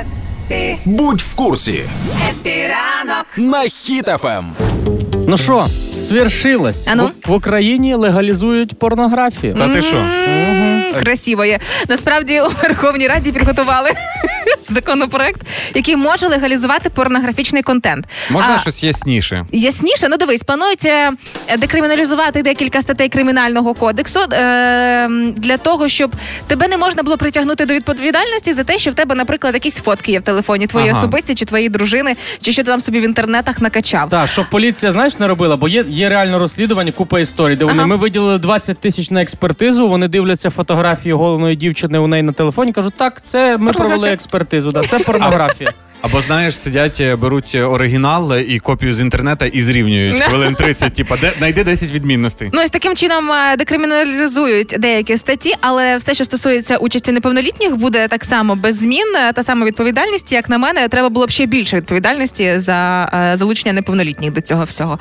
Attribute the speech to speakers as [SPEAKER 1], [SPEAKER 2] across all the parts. [SPEAKER 1] Епі,
[SPEAKER 2] Будь в курсі
[SPEAKER 1] епі ранок.
[SPEAKER 2] на Ем. хітафем.
[SPEAKER 3] Ну що, свершилось.
[SPEAKER 4] А ну?
[SPEAKER 3] В, в Україні легалізують порнографію.
[SPEAKER 5] Та ти що?
[SPEAKER 4] М, Красиво є. Насправді у Верховній Раді підготували законопроект, який може легалізувати порнографічний контент.
[SPEAKER 5] Можна
[SPEAKER 4] А,
[SPEAKER 5] щось ясніше?
[SPEAKER 4] Ясніше, ну дивись, планують е, декриміналізувати декілька статей кримінального кодексу е, м, для того, щоб тебе не можна було притягнути до відповідальності за те, що в тебе, наприклад, якісь фотки є в телефоні, твої
[SPEAKER 5] Ага.
[SPEAKER 4] особисті чи твоєї дружини, чи що ти там собі в інтернетах накачав.
[SPEAKER 3] Так, щоб поліція, знаєш, не робила, бо є, є реально розслідування, купа історій, де вони
[SPEAKER 4] Ага.
[SPEAKER 3] ми виділили 20 тисяч на експертизу. Вони дивляться фотографії голеної дівчини у неї на телефоні. кажуть, так, це ми провели експертизу. Да, це порнографія.
[SPEAKER 5] Або знаєш, сидять, е, беруть е, оригінал е, і копію з інтернету і зрівнюють хвилин 30, типа, де знайди 10 відмінностей.
[SPEAKER 4] Ну, ось таким чином е, декриміналізують деякі статті, але все, що стосується участі неповнолітніх, буде так само без змін. е, Та сама відповідальність, як на мене, треба було б ще більше відповідальності за е, залучення неповнолітніх до цього всього.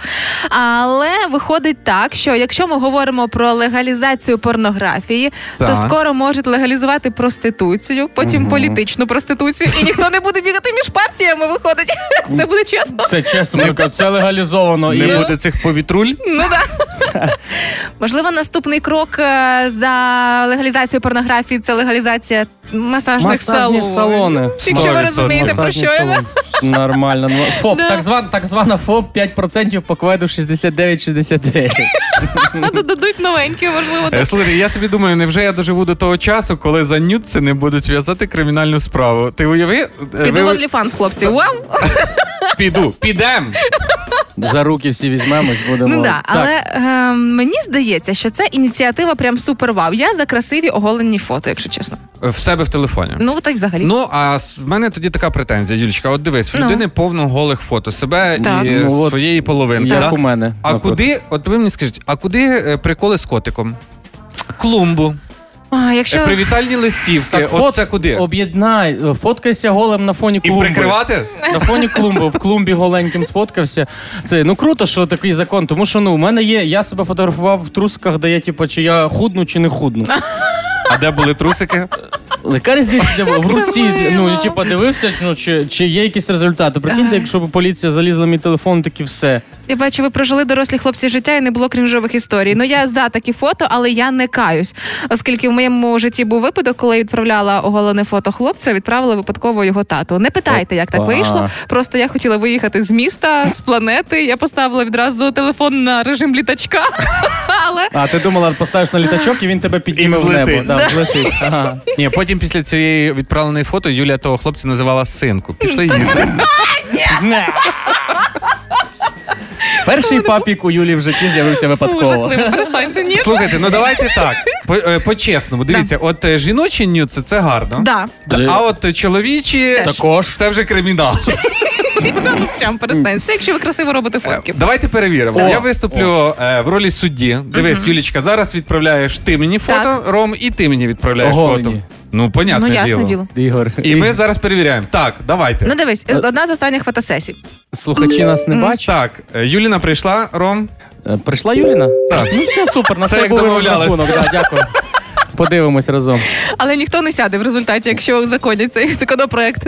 [SPEAKER 4] Але виходить так, що якщо ми говоримо про легалізацію порнографії,
[SPEAKER 5] Так.
[SPEAKER 4] то скоро можуть легалізувати проституцію, потім політичну проституцію, і ніхто не буде бігати між партіями. Виходить, все буде чесно.
[SPEAKER 3] Це чесно, мені кажуть, це легалізовано. І-
[SPEAKER 5] Не буде цих повітруль.
[SPEAKER 4] Ну да. Можливо, наступний крок е, за легалізацію порнографії це легалізація масажних
[SPEAKER 3] Масажні
[SPEAKER 4] салонів.
[SPEAKER 3] салони.
[SPEAKER 4] Якщо ви
[SPEAKER 5] 100%.
[SPEAKER 4] розумієте, про що
[SPEAKER 3] Масажний
[SPEAKER 4] я.
[SPEAKER 3] салон. Нормально. Ну, ФОП,
[SPEAKER 4] Да.
[SPEAKER 3] так, зван, так звана ФОП 5% по кведу 69-69.
[SPEAKER 4] Додадуть новенькі, можливо.
[SPEAKER 5] Е,
[SPEAKER 4] так.
[SPEAKER 5] Слухай, я собі думаю, невже я доживу до того часу, коли за нюци не будуть в'язати кримінальну справу. Ти уяви? Е, ви-
[SPEAKER 4] Піду в OnlyFans, хлопці. Вау!
[SPEAKER 5] Піду, підем.
[SPEAKER 3] За руки всі візьмемось, будемо.
[SPEAKER 4] Ну да,
[SPEAKER 3] Так,
[SPEAKER 4] але е, мені здається, що це ініціатива прям супер вау. Я за красиві оголені фото, якщо чесно.
[SPEAKER 5] Е, В себе в телефоні.
[SPEAKER 4] Ну так взагалі.
[SPEAKER 5] Ну, а с- в мене тоді така претензія, Юлічка. От дивись, в
[SPEAKER 4] Ну.
[SPEAKER 5] людини повно голих фото себе
[SPEAKER 4] Так.
[SPEAKER 5] і е,
[SPEAKER 3] Ну, от
[SPEAKER 5] своєї половинки.
[SPEAKER 3] Як
[SPEAKER 5] да?
[SPEAKER 3] у мене.
[SPEAKER 5] А
[SPEAKER 3] наприклад.
[SPEAKER 5] куди, от ви мені скажіть, а куди е, приколи з котиком? Клумбу,
[SPEAKER 4] А,
[SPEAKER 5] е,
[SPEAKER 4] якщо
[SPEAKER 5] привітальні листівки.
[SPEAKER 3] Так,
[SPEAKER 5] Е, от
[SPEAKER 3] фот-
[SPEAKER 5] це куди?
[SPEAKER 3] Об'єднай, е, фоткайся голим на фоні
[SPEAKER 5] І
[SPEAKER 3] клумби.
[SPEAKER 5] прикривати?
[SPEAKER 3] На фоні клумби, в клумбі голеньким сфоткався. Це ну круто, що такий закон, тому що ну у мене є. Я себе фотографував в трусиках, де я типу, чи я худну, чи не худну.
[SPEAKER 5] А де були трусики?
[SPEAKER 3] Яка різниця де в руці?
[SPEAKER 4] мило.
[SPEAKER 3] Ну і типу дивився, ну чи, чи є якісь результати. Прикиньте, якщо б поліція залізла в мій телефон, такі все.
[SPEAKER 4] я бачу, ви прожили дорослі хлопці життя і не було крінжових історій. Ну я за такі фото, але я не каюсь, оскільки в моєму житті був випадок, коли я відправляла оголене фото хлопцю, а відправила випадково його тату. Не питайте, як так
[SPEAKER 3] Опа.
[SPEAKER 4] вийшло. Просто я хотіла виїхати з міста, з планети. Я поставила відразу телефон на режим літачка, але ну,
[SPEAKER 3] А ти думала, поставиш на літачок і він тебе підніме
[SPEAKER 5] І
[SPEAKER 3] в небо.
[SPEAKER 5] взлетить.
[SPEAKER 3] Да, взлетить. Ага.
[SPEAKER 5] Ні, потім після цієї відправленої фото Юлія того хлопця називала синку. Пішли їсти.
[SPEAKER 3] Не. Перший папік у Юлі в житті з'явився випадково.
[SPEAKER 4] жахливо. Перестаньте ні.
[SPEAKER 5] Слухайте, ну давайте так. По- е, По-чесному, дивіться, от е, жіночі нюци це гарно.
[SPEAKER 4] Да,
[SPEAKER 5] Та- А от е, чоловічі
[SPEAKER 4] Теж.
[SPEAKER 5] також це вже кримінал.
[SPEAKER 4] ну, прям перестаньте. Це якщо ви красиво робите фотки.
[SPEAKER 5] Давайте перевіримо.
[SPEAKER 3] О,
[SPEAKER 5] я виступлю е, в ролі судді. Дивись, Юлічка, зараз відправляєш ти мені фото,
[SPEAKER 4] Так.
[SPEAKER 5] Ром, і ти мені відправляєш
[SPEAKER 3] Оголені.
[SPEAKER 5] фото. Ну, понятне
[SPEAKER 4] Ну
[SPEAKER 5] діло.
[SPEAKER 4] ясне діло.
[SPEAKER 3] Ігор.
[SPEAKER 5] І ми зараз перевіряємо. Так, давайте.
[SPEAKER 4] Ну дивись, одна з останніх фотосесій.
[SPEAKER 3] Слухачі нас не бачать.
[SPEAKER 5] Так, е, Юліна прийшла, Ром.
[SPEAKER 3] Е, Прийшла Юліна?
[SPEAKER 5] Так.
[SPEAKER 3] Ну все супер, на
[SPEAKER 5] Це
[SPEAKER 3] це,
[SPEAKER 5] як
[SPEAKER 3] був
[SPEAKER 5] домовлялись.
[SPEAKER 3] розрахунок. Да, дякую. Подивимось разом.
[SPEAKER 4] Але ніхто не сяде в результаті, якщо узаконять цей законопроект.